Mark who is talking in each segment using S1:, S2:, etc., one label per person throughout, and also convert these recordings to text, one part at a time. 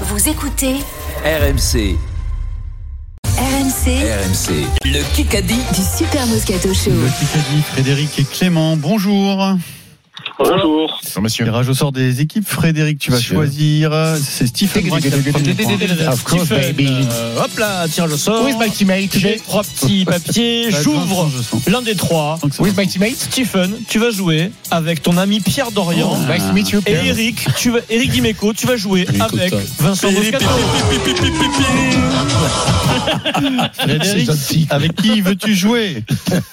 S1: Vous écoutez
S2: RMC,
S1: RMC
S2: RMC, le Kikadi.
S1: du Super Moscato Show.
S3: Le Kikadi, Frédéric et Clément, bonjour.
S4: Bonjour.
S3: Monsieur. Tirage au sort des équipes. Frédéric, tu vas
S5: Monsieur.
S3: choisir. C'est Stephen Brun qui a le premier point.
S5: Of course, baby.
S6: euh, hop là, tirage au sort.
S5: With my teammate.
S6: J'ai trois petits papiers.
S3: Ça va être
S6: J'ouvre
S3: Vincent, je sens.
S6: l'un des trois.
S3: Donc, ça
S5: With
S3: va.
S5: my teammate.
S6: Stephen, tu vas jouer avec ton ami Pierre Dorian.
S5: Nice to meet you.
S6: Et Eric, Oh, tu vas, Eric Dimeco, tu vas jouer avec Vincent Moscato.
S3: Frédéric,
S5: C'est gentil.
S6: Ah,
S3: avec qui veux-tu jouer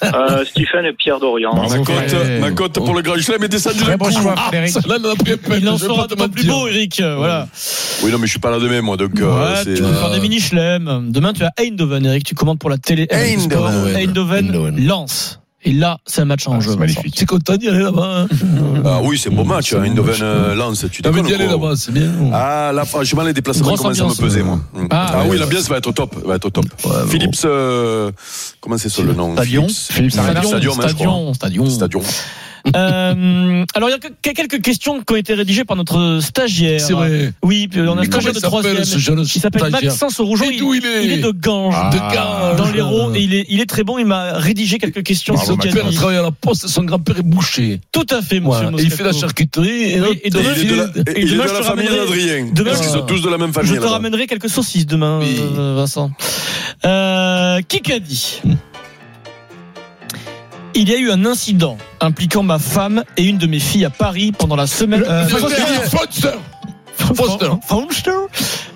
S4: Euh, Stephen et Pierre Dorian.
S7: Ma cote, ma cote pour le Grand Chelem est descendue d'un
S5: Très bon
S7: coup.
S5: choix, Frédéric.
S7: Là, la prépa,
S6: Il en
S7: je vais
S6: sera
S7: pas te
S6: d'autant plus
S7: mentir.
S6: beau, Eric. euh, Voilà.
S7: Oui, non, mais je suis pas là demain, moi, donc. euh,
S6: Ouais,
S7: c'est-
S6: tu peux faire des mini schlems. Demain, tu as Eindhoven, Eric. Tu commandes pour la télé. RMC Sport.
S5: Eindhoven.
S6: Eindhoven
S5: Eindhoven.
S6: lance. Et là, Ah, c'est un match en jeu.
S5: Ah, c'est
S6: Vincent.
S5: magnifique.
S6: C'est content d'y aller là-bas. hein.
S7: Ah oui, c'est un bon match, hein, Eindhoven euh, Lens, tu déconnes ou quoi
S5: c'est bien.
S7: Ah, là, franchement, les déplacements
S6: Grosse
S7: commencent à me
S6: ambiance,
S7: peser,
S6: euh.
S7: moi. Mm.
S6: Ah,
S7: Ah,
S6: ouais,
S7: oui,
S6: ouais.
S7: l'ambiance va être au top, va être au top. Philips, euh, comment c'est ça le nom
S3: Stadion.
S7: Philips, Philips Stadion, hein, je crois.
S6: stadion, stadion.
S7: Stadion.
S6: Euh, alors, il y a que- quelques questions qui ont été rédigées par notre stagiaire.
S5: C'est vrai.
S6: Oui, puis hein. on a un
S5: Mais comment
S6: stagiaire
S5: il
S6: de
S5: s'appelle
S6: troisième.
S5: ce jeune
S6: Il s'appelle
S5: stagiaire
S6: Maxence Rougeau.
S5: Et
S6: Il,
S5: d'où il est
S6: il est de Ganges.
S5: De Ganges.
S6: Dans l'Hérault. Et il est, il est très bon. Il m'a rédigé quelques questions sur
S5: Son père
S6: Kadi.
S5: travaille à la poste, son grand-père est boucher.
S6: Tout à fait, monsieur
S5: Voilà. Et il
S6: Moscato.
S5: fait la charcuterie. Et,
S6: Oui,
S5: l'autre,
S6: et
S7: Et
S6: demain,
S5: il est de la-
S7: et il
S6: demain,
S7: est de
S6: je
S7: la
S6: te
S7: famille
S6: ramènerai-
S7: d'Adrien.
S6: demain,
S7: Parce qu'ils
S6: je-
S7: sont tous de la même
S6: Je
S7: famille.
S6: te
S7: là-bas.
S6: ramènerai quelques saucisses demain,
S5: Oui.
S6: euh, Vincent. Euh, Kikadi. Il y a eu un incident impliquant ma femme et une de mes filles à Paris pendant la semaine. Euh,
S5: Foster. Foster.
S6: Foster.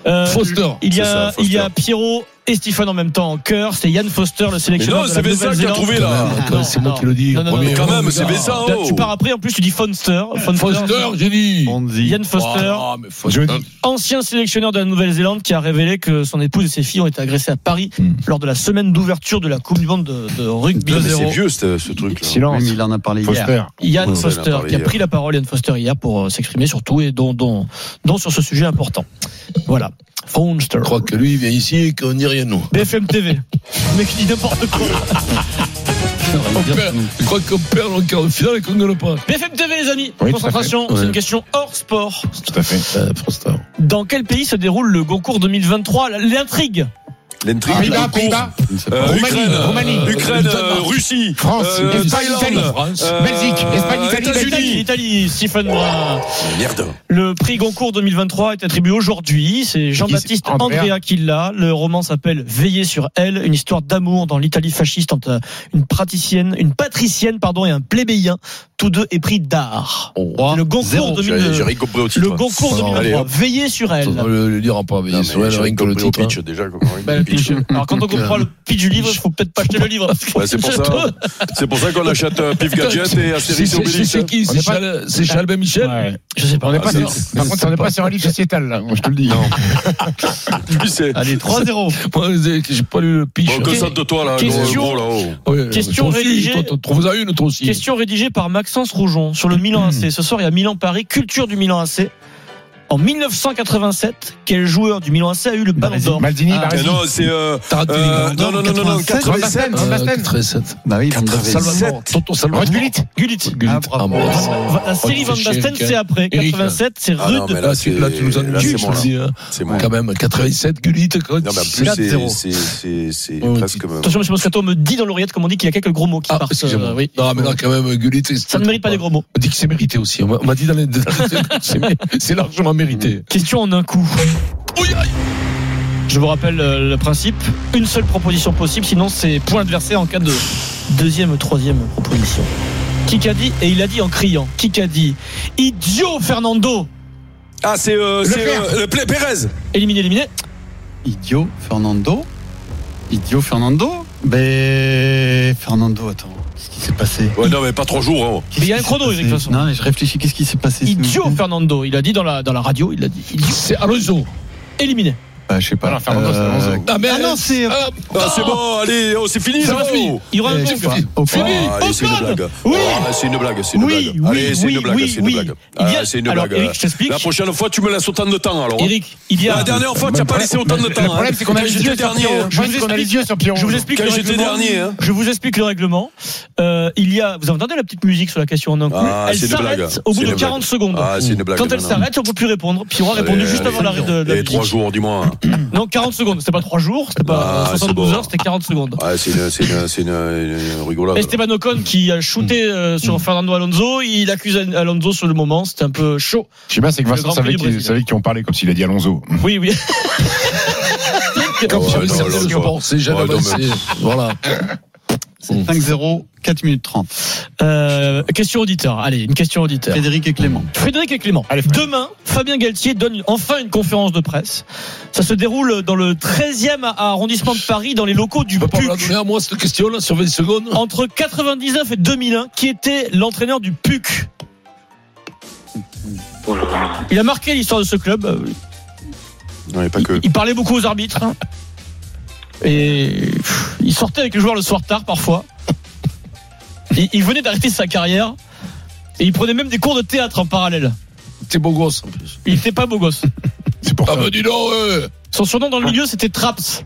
S6: Euh,
S5: Foster.
S6: Il y a,
S7: C'est ça, Foster.
S6: il y a Pierrot et Stéphane en même temps en cœur. C'est Yann Foster, le
S7: Mais
S6: sélectionneur
S7: non,
S6: de la
S7: c'est Vincent qui a
S6: Nouvelle-Zélande. Ah,
S7: trouvé, là.
S6: Non,
S5: C'est moi
S6: non.
S5: qui le dis.
S6: Non, non, non.
S7: Mais
S6: Mais
S7: quand même, c'est
S5: Foster.
S7: Vincent.
S6: Là,
S7: oh.
S6: tu pars après, en plus, tu dis Fonster.
S5: Foster, j'ai dit.
S3: Fonzi.
S6: Yann Foster,
S5: Ah, mais Foster.
S6: ancien sélectionneur de la Nouvelle-Zélande, qui a révélé que son épouse et ses filles ont été agressées à Paris
S5: Hmm.
S6: lors de la semaine d'ouverture de la Coupe du Monde de, de rugby.
S7: Mais c'est vieux, ce ce truc-là.
S3: Oui, mais il en a parlé hier.
S6: Yann
S7: Ouais, hein. on en
S6: Foster,
S7: a parlé
S6: qui a
S7: hier.
S6: pris la parole, Yann Foster, hier, pour euh, s'exprimer sur tout et dont, dont, dont sur ce sujet important. Voilà. Fonster.
S5: Je crois que lui, il vient ici et qu'on dit rien, nous.
S6: BFM TV. Le mec qui dit n'importe quoi.
S5: On perd- Je crois qu'on perd le quart de finale et qu'on ne gagne pas.
S6: BFM TV, les amis.
S5: Oui, tout à
S6: Concentration,
S5: fait.
S6: c'est
S5: Ouais.
S6: une question hors sport.
S5: Tout à fait. Euh, Foster.
S6: Dans quel pays se déroule le Goncourt 2023 L'intrigue.
S7: L'intrigue.
S8: Ah,
S7: la
S8: Pays-Bas,
S7: cour.
S8: Pays-Bas,
S7: Euh,
S8: Roumanie,
S7: Ukraine, euh,
S8: Roumanie,
S7: Ukraine, euh,
S5: Danemark,
S7: Russie,
S8: France,
S7: euh,
S8: Espagne,
S7: Thaïlande,
S5: France,
S7: euh,
S8: Belgique, Espagne, Italie,
S7: États-Unis.
S6: Italie, Italie, Stephen Brun.
S7: Ah, Merde.
S6: Le prix Goncourt 2023 est attribué aujourd'hui. C'est Jean-Baptiste
S8: Andrea.
S6: Andrea qui l'a. Le roman s'appelle Veiller sur elle, une histoire d'amour dans l'Italie fasciste entre une praticienne, une patricienne, pardon, et un plébéien, tous deux épris d'art.
S3: Oh.
S7: Ah,
S5: Roi.
S6: Le Goncourt
S7: J'ai j'ai
S6: 2023.
S7: rien compris au titre.
S6: Le Goncourt
S5: Non,
S6: 2023.
S7: allez, hop.
S6: Veiller sur elle.
S5: On le, le dira pas, mais
S7: Non, mais
S5: il
S7: j'ai
S5: rien
S7: rien
S5: que le
S7: compris au
S5: titre. hein.
S7: pitch déjà. quoi, rien
S6: Bah,
S7: que le pitch.
S6: Alors quand on comprend le pitch du livre, faut peut-être pas acheter le livre.
S7: Ouais, c'est pour ça. C'est pour ça qu'on achète euh, Pif Gadget et
S5: C'est
S7: Astérix et
S5: c'est- c'est-
S7: Obélix.
S5: c'est qui
S8: On
S5: C'est
S8: est pas-
S5: Chal- c'est Chalbet Michel
S6: Je sais pas.
S8: On n'est pas
S7: Ah,
S8: sur-
S7: c'est-
S8: Par
S5: c'est
S8: contre, on n'est
S5: pas-
S8: pas sur un livre sociétal, là, je te le dis.
S7: Lui, c'est-
S6: Allez, 3-0.
S5: Moi, j'ai- J'ai pas lu le pitch.
S7: Bon, concentre-toi là,
S6: Question-
S7: gros, gros, là-haut.
S5: Ouais,
S6: Question
S5: toi aussi,
S6: rédigée.
S5: toi, t'en Trouves-en une, toi aussi.
S6: Question rédigée par Maxence Roujon sur le Milan AC. Ce soir, il y a Milan-Paris, culture du Milan AC. En 1987, quel joueur du Milan AC a eu le
S5: Bah,
S6: ballon d'or
S8: Maldini,
S6: Ah,
S7: Ah
S8: Baresi.
S7: Non, c'est. euh,
S5: T'as raté les
S7: euh,
S5: gars.
S7: Non, non, non, non, non,
S3: 87.
S7: 87.
S8: Van Basten.
S5: Euh, 87.
S3: Bah oui, Van der Ven.
S5: Salvador. Tonton Salvador.
S8: Roche Gullit.
S6: Gullit.
S5: Gullit.
S3: Ah, bravo.
S5: Ah, mince.
S6: Va- La série
S5: Oh,
S6: Van
S5: tu fais chier,
S6: Basten,
S5: Eric.
S6: c'est après.
S5: Eric.
S6: 87, c'est
S7: Ah, non,
S6: rude.
S7: mais là, c'est-
S5: Là, tu nous as
S7: là,
S5: mis
S7: c'est moi. là.
S5: aussi, hein.
S7: C'est moi.
S5: Quand même, 87, Gullit. quand-
S7: Non, mais en plus,
S5: 4-0.
S7: c'est- c'est- c'est- c'est
S5: Oh,
S7: presque.
S6: Attention, monsieur Moscato me dit dans l'oreillette, comme on dit, qu'il y a quelques gros mots qui
S5: Ah,
S6: partent.
S5: excusez-moi.
S6: euh, oui.
S5: Non, mais là, quand même, Gullit.
S6: Ça ne mérite pas des gros mots.
S5: On dit que c'est mérité aussi. On m'a- on m'a dit dans les. c'est- C'est largement mérité.
S6: Question en un coup.
S5: Oui, aïe.
S6: Je vous rappelle euh, le principe. Une seule proposition possible, sinon c'est point adversaire en cas de deuxième, troisième proposition. Kikadi, et il a dit en criant. Kikadi, idiot Fernando
S7: Ah, c'est. euh, c'est,
S8: Leclerc.
S7: euh, Le Plé- Pérez.
S6: Éliminé, éliminé.
S3: Idiot Fernando Idiot Fernando Ben Fernando, attends, qu'est-ce qui s'est passé
S7: Ouais, non, mais pas trois jours. hein.
S6: Mais il y a un chrono, Eric, de toute façon.
S3: Non, mais je réfléchis, qu'est-ce qui s'est passé ce
S6: Idiot
S3: week-end
S6: Fernando, il a dit dans la, dans la radio, il a dit idiot.
S5: C'est Alonso.
S6: Éliminé.
S3: Bah, bah, je sais pas.
S8: Ah non, Fernando, c'est Alonso.
S5: Ah, mais
S3: Ah non, c'est-
S5: Ah,
S7: Ah, c'est bon, allez, oh, c'est fini,
S5: C'est
S7: là,
S5: fini.
S7: oh.
S6: Il y aura un
S3: Eh, je
S6: bon
S3: sais pas. Au fond.
S7: Ah,
S6: Fini.
S7: allez, c'est une
S6: Osman.
S7: blague.
S6: Oui.
S7: Ah, c'est une blague, c'est une
S6: Oui,
S7: blague.
S6: oui,
S7: allez, c'est
S6: oui,
S7: une blague,
S6: oui,
S7: c'est une
S6: oui.
S7: blague.
S6: Il y a-
S7: Ah, c'est une
S6: Alors,
S7: blague.
S6: Eric, je t'explique.
S7: La prochaine fois, tu me laisses autant de temps, alors. hein.
S6: Eric, il y a.
S7: La dernière fois, tu n'as pas laissé autant de temps.
S8: Le
S7: hein.
S8: problème, c'est qu'on a
S7: Quand
S8: les
S7: j'étais
S8: yeux sur
S7: dernier,
S8: Pierrot.
S7: hein.
S8: Je vous explique qu'on a les yeux sur Pierrot.
S6: Je vous explique
S7: Quand
S6: le
S7: j'étais
S6: règlement.
S7: dernier, hein.
S6: Je vous explique le règlement. Euh, il y a, vous entendez la petite musique sur la question en un coup.
S7: Ah,
S6: elle
S7: c'est une blague.
S6: s'arrête au bout
S7: C'est
S6: de
S7: une
S6: 40
S7: blague.
S6: secondes.
S7: Ah, c'est une blague,
S6: Quand elle
S7: maintenant.
S6: s'arrête, on peut plus répondre. Puis on a répondu
S7: Allez,
S6: juste
S7: allez.
S6: avant l'arrêt de la
S7: Et trois
S6: musique.
S7: jours, dis-moi. hein.
S6: Non, 40 secondes. C'était pas 3 jours, c'était pas
S7: Ah, c'est
S6: 72
S7: bon.
S6: heures, c'était 40 secondes.
S7: Ouais, Ah, c'est une, c'est une, c'est une, une rigolade.
S6: Esteban Ocon qui a shooté euh,
S7: Mm.
S6: sur Fernando Alonso, il accuse Al- Alonso sur le moment, c'était un peu chaud.
S8: Je sais pas, c'est que
S6: Le Grand
S8: Vincent
S6: Prix
S8: savait
S6: du
S8: qu'ils
S6: Brésil.
S8: savait qu'ils ont parlé comme s'il a dit Alonso.
S6: Oui, oui.
S9: Comme
S7: Ah, Ouais,
S9: sur le
S7: non,
S9: service
S7: l'autre
S9: de
S7: fois.
S9: bord, c'est jamais
S7: Ouais, non,
S9: passé. Voilà.
S3: 5-0, 4 minutes 30.
S6: Euh, question auditeur. Allez, une question auditeur.
S3: Frédéric et Clément.
S6: Frédéric et Clément. Demain, Fabien Galtier donne enfin une conférence de presse. Ça se déroule dans le 13e arrondissement de Paris, dans les locaux du
S5: Tu peux pas me la
S6: PUC.
S5: donner à moi, cette question-là, sur 20 secondes
S6: Entre 99 et 2001, qui était l'entraîneur du PUC Il a marqué l'histoire de ce club. Euh,
S7: Non, et pas que.
S6: Il parlait beaucoup aux arbitres. hein. Et pff, il sortait avec les joueurs le soir tard parfois. Il, il venait d'arrêter sa carrière. Et il prenait même des cours de théâtre en parallèle.
S5: T'es beau gosse, en plus.
S6: Il n'était pas beau gosse.
S8: C'est pour
S5: Ah,
S8: ça.
S5: mais dis donc, ouais.
S6: Son surnom dans le milieu, c'était Traps.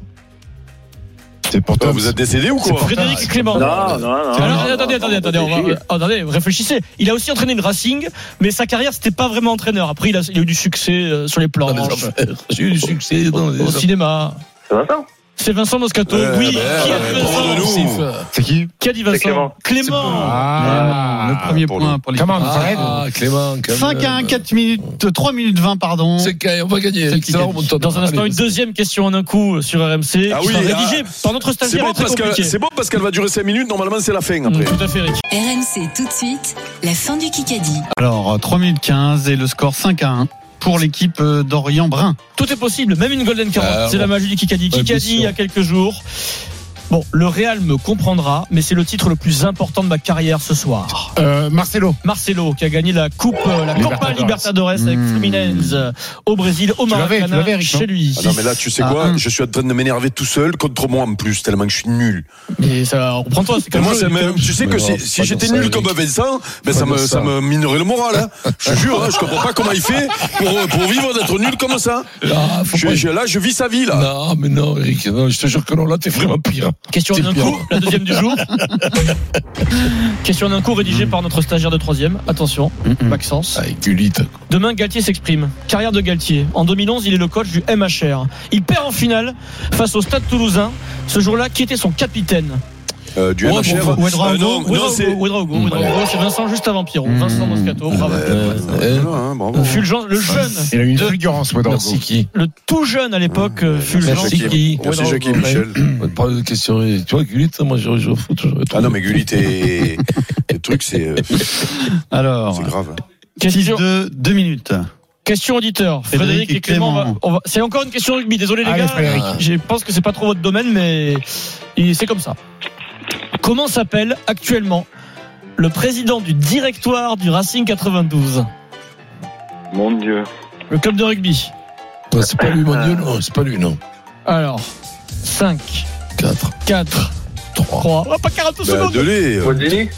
S8: C'est pour
S7: Ah,
S8: toi.
S7: vous êtes décédé ou quoi
S6: Frédéric Clément.
S4: Ah, Non, non, non.
S6: Alors,
S4: non,
S6: attendez,
S4: non,
S6: attendez, attendez, on va-
S4: réfléchis.
S6: attendez, réfléchissez. Il a aussi entraîné le Racing, mais sa carrière, c'était pas vraiment entraîneur. Après, il a, il a eu du succès euh, sur les
S7: Ah,
S6: plans,
S5: Dans les affaires. J'ai eu du succès dans les
S6: au cinéma.
S4: Ça va pas
S6: C'est Vincent Moscato.
S7: Ouais,
S6: oui,
S7: bah,
S6: qui, a
S7: ouais,
S6: dit
S7: bon,
S6: Vincent
S7: de nous.
S5: affaires.
S8: C'est qui
S6: Qui a dit Vincent
S4: C'est Clément.
S6: Clément.
S8: Ah,
S3: Le premier
S7: pour
S3: point
S7: nous.
S3: pour les
S8: Comment, Fred
S5: Ah, Clément, quand
S3: 5 à 1,
S5: même.
S3: 4 minutes, 3 minutes 20, pardon.
S5: C'est quand on va gagner.
S3: C'est
S5: Eric,
S3: qui
S5: ça va,
S3: gagne.
S5: on monte en-
S6: Dans un instant,
S5: Allez,
S6: une deuxième question en un coup sur RMC.
S7: Ah
S6: qui
S7: oui,
S6: sera
S7: ah.
S6: rédigée par notre
S7: C'est
S6: stagiaire.
S7: bon,
S6: et très
S7: parce que-
S6: compliquée.
S7: c'est bon parce qu'elle va durer 5 minutes, normalement c'est la fin après.
S6: Mm, Tout à fait, Eric.
S1: RMC tout de suite, la fin du Kikadi.
S3: Alors, 3 minutes 15 et le score 5 à 1 pour l'équipe euh, d'Orient Brun.
S6: Tout est possible, même une Golden Carotte.
S5: Ah,
S6: c'est
S5: bon.
S6: la magie du Kikadi.
S5: Ouais, bien
S6: Kikadi,
S5: sûr.
S6: il y a quelques jours. Bon, le Real me comprendra, mais c'est le titre le plus important de ma carrière ce soir.
S8: Euh, Marcelo.
S6: Marcelo, qui a gagné la Coupe, euh, la Copa
S8: Libertadores.
S6: Libertadores avec
S3: Mmh.
S6: Fluminense euh, au Brésil, au
S8: l'avais, tu
S6: Maracana,
S8: l'avais, Eric,
S6: chez
S8: non
S6: lui.
S7: Ah non mais là tu sais
S3: Ah,
S7: quoi
S3: hum.
S7: Je suis en train de m'énerver tout seul contre moi en plus tellement que je suis nul.
S6: Mais ça, reprends-toi, c'est
S7: Et
S6: comme
S7: moi
S6: jeu,
S7: ça
S6: Eric,
S7: me-
S6: hein.
S7: tu sais
S5: Mais
S7: que
S5: non,
S7: si,
S5: pas
S7: si
S5: dans
S7: j'étais
S5: ça,
S7: nul
S5: Eric.
S7: comme Vincent, ben ça
S5: dans
S7: me
S5: ça.
S7: ça me minerait le moral. Hein. Je jure, hein, je comprends pas comment il fait pour, pour vivre d'être nul comme ça.
S5: Ah, faut
S7: Je,
S5: pas-
S7: je- là je vis sa vie là.
S5: Non, mais non, Eric, non, je te jure que non, là, t'es vraiment pire.
S6: Question
S5: C'est
S6: d'un
S5: pire.
S6: coup, la deuxième du jour. Question d'un coup rédigée par notre stagiaire de troisième. Attention, Maxence.
S5: Ah, culite.
S6: Demain, Galtier s'exprime. Carrière de Galtier. En 2011, il est le coach du MHR. Il perd en finale face au Stade Toulousain. Ce jour-là, qui était son capitaine
S7: Euh, du
S5: Ouais, bon,
S7: MHR.
S5: bon,
S7: Euh, non, non, c'est- Mmh.
S6: Ouedraogo. Ouedraogo, c'est Vincent juste avant Pierrot. Vincent Moscato, bravo.
S7: Euh, euh, voilà, hein, bravo.
S6: Fulgence, le jeune,
S8: Il a eu une
S6: De-
S8: fulgurance, Ouedraogo.
S5: Merci qui
S6: le tout jeune à
S7: Mmh.
S6: l'époque, euh,
S7: Bah,
S6: Fulgence.
S5: Merci qui
S7: Merci Jackie et
S5: Ouais.
S7: Michel.
S8: Hmm.
S5: On va parler de questions. et Tu vois, Gullit, moi, je joue au foot. j'aurais
S7: Ah non
S5: trouvé.
S7: mais Gulli t'es le truc c'est euh,
S3: Alors,
S7: c'est grave.
S6: Question,
S3: de 2 minutes.
S6: question auditeur. Frédéric, et Clément, on va- on va- c'est encore une question rugby. Désolé les
S8: Allez,
S6: gars. Ah.
S8: Frédéric.
S6: Je pense que c'est pas trop votre domaine, mais il- c'est comme ça. Comment s'appelle actuellement le président du directoire du Racing 92
S4: Mon Dieu.
S6: Le club de rugby.
S5: Non, Bah, c'est pas lui, mon Dieu, non. C'est pas lui, non.
S6: Alors, 5,
S5: 4,
S6: 4,
S5: 3.
S6: 3. Oh, pas 42
S7: Bah,
S6: secondes
S7: de lait, euh,
S4: Guazzini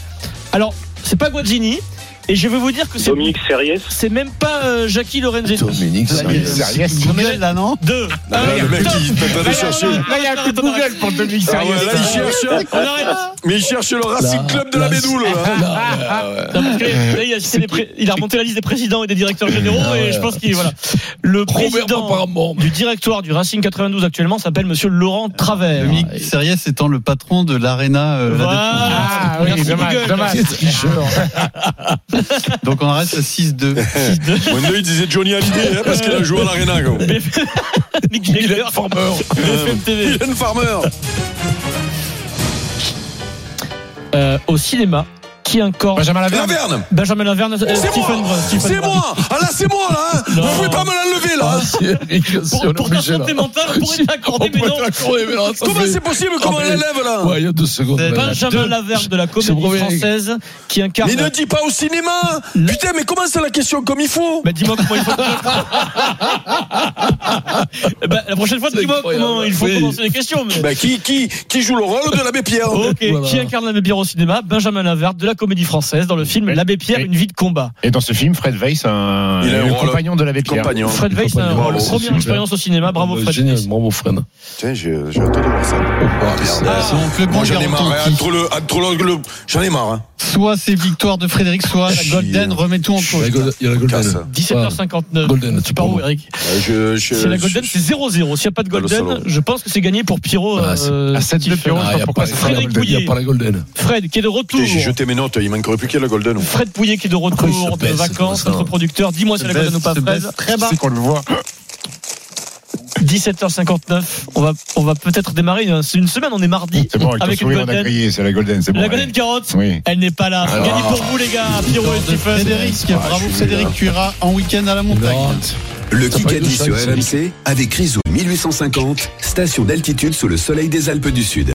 S6: Alors, c'est pas Guazzini. Et je vais vous dire que c'est.
S4: Dominique Series
S6: C'est même pas euh, Jackie Lorenzetti.
S5: Dominique,
S8: Sérieux,
S5: sérieux.
S8: sérieux.
S3: Google là, non
S6: 2.
S7: là, Ah, le mec il t'attend de chercher.
S8: Là, il y a un coup de Google pour Dominique
S7: Ah ouais, là, il cherche, hein.
S6: On arrête.
S7: mais il cherche le Racing Club de la Bédoule. là.
S5: Là,
S6: Non, parce que là, il, a cité les pré- il a remonté la liste des présidents et des directeurs généraux
S5: Ah ouais.
S6: et je pense qu'il voilà. Le
S5: Robert
S6: président
S5: Paparamon.
S6: du directoire du Racing 92 actuellement s'appelle Monsieur Laurent Travers.
S3: Dominique Series étant le patron de l'Arena euh, La Défense.
S6: Voilà.
S8: Ah oui,
S6: Merci
S8: dommage,
S6: Google.
S8: dommage.
S3: Donc on reste à 6-2.
S7: Mon œil disait Johnny Hallyday hein, parce qu'il a joué à l'Arena. quoi.
S6: Nick Jagger,
S5: Farmer.
S6: BFM TV.
S7: Mylène Farmer.
S6: Euh, au cinéma, qui encore
S8: Benjamin Laverne.
S7: Laverne.
S6: Benjamin Laverne, Ah, euh,
S7: C'est
S6: Stephen
S7: moi.
S6: Brun. Stephen
S7: C'est
S6: Brun.
S7: moi. Ah là, c'est moi là. hein.
S6: Non.
S7: Vous pouvez pas me l'enlever là.
S5: Ah,
S7: hein.
S5: c'est Eric, si on
S6: Pour, pour ta
S5: obligé,
S6: santé
S5: là.
S6: mentale, on pourrait t'accorder,
S5: On
S6: mais
S5: pourrait
S6: non.
S5: l'accorder, mais là, ça
S7: Comment
S5: fait-
S7: c'est hein possible Comment on
S5: Ah, mais-
S7: l'élève là
S5: Ouais, il y a deux secondes.
S3: C'est
S5: là.
S6: Benjamin Laverne de la
S5: C'est
S6: comédie
S5: brevet.
S6: française qui incarne.
S7: Mais ne dis pas au cinéma. Putain, mais comment c'est la question comme il faut
S6: Bah, dis-moi comment il faut. Eh ben, la prochaine fois,
S5: C'est
S6: dis-moi
S5: incroyable.
S6: comment il faut
S5: Oui.
S6: commencer les questions. mais-
S7: Bah, qui, qui, qui joue le rôle de l'abbé Pierre
S6: Ok,
S5: Voilà.
S6: qui incarne l'abbé Pierre au cinéma Benjamin Laverne de la comédie française dans le film
S8: Oui.
S6: L'abbé Pierre,
S8: Oui.
S6: une vie de combat.
S8: Et dans ce film, Fred Weiss, un,
S7: Il a un
S8: le
S7: rôle.
S8: compagnon de l'abbé Pierre.
S7: Compagnon.
S6: Fred Weiss, c'est un-
S7: Bravo,
S6: première
S5: super.
S6: expérience au cinéma, Ah, bravo
S5: Euh,
S6: Fred
S5: Génial,
S6: Weiss.
S5: bravo Fred.
S7: Tiens, j'ai j'ai hâte de voir ça.
S5: Ah, merde.
S7: Ah,
S3: C'est donc le bon
S7: Moi, j'en ai
S3: garçon
S7: marre. hein,
S3: qui-
S7: Entre le, entre le, le- j'en ai marre. hein.
S3: Soit c'est victoire de Frédéric, soit la
S7: Chier.
S3: Golden, remet tout en
S5: Il y a la
S3: cause.
S5: Golden- il y a la
S7: Casse.
S5: Golden.
S6: 17h59.
S5: Golden,
S6: tu
S5: tu
S6: pars où,
S5: prends.
S6: Eric
S7: Euh, je, je,
S6: C'est la
S7: je-
S6: Golden, c'est 0-0. S'il n'y a pas de
S7: Dans le
S6: Golden,
S7: salon.
S6: je pense que c'est gagné pour Pierrot.
S5: Ah, c'est-
S6: euh,
S8: à sept de
S6: Steve.
S8: Pierrot,
S5: Ah,
S8: je
S5: il y a
S8: pourquoi
S5: pas- il y
S8: ça
S5: a
S6: Frédéric
S5: pas- Il n'y
S6: Bouillet.
S5: a pas la Golden.
S6: Fred qui est de retour.
S7: Putain, J'ai jeté mes notes, il manquerait plus qu'il y a la Golden.
S6: Fred Pouillet qui est de
S5: Oh, il
S6: retour
S5: se
S6: de
S5: baisse,
S6: vacances,
S5: c'est pour ça.
S6: notre producteur. Dis-moi si
S3: Se
S6: la Golden
S3: baisse,
S6: ou pas,
S3: se
S6: Fred.
S3: baisse.
S6: Très bas.
S8: C'est qu'on le voit.
S6: 17h59. On va, on va peut-être démarrer. une- C'est une semaine, on est mardi.
S8: C'est bon, avec,
S6: Avec
S8: ton
S6: une
S8: sourire, on a
S6: Golden.
S8: grillé, c'est la Golden, c'est bon.
S6: La
S8: allez.
S6: Golden Carotte,
S8: Oui.
S6: elle n'est pas là.
S7: Alors.
S6: Gagné pour vous, les gars. Pierrot et Stephen.
S3: Frédéric,
S7: Ah, je
S3: bravo
S7: suis
S3: Frédéric,
S7: là.
S3: tu iras en week-end à la
S5: Ah.
S3: montagne.
S10: Le
S5: Ça parle de
S10: Kikadi sur
S5: Charles
S10: RMC avec Rizou 1850, station d'altitude sous le soleil des Alpes du Sud.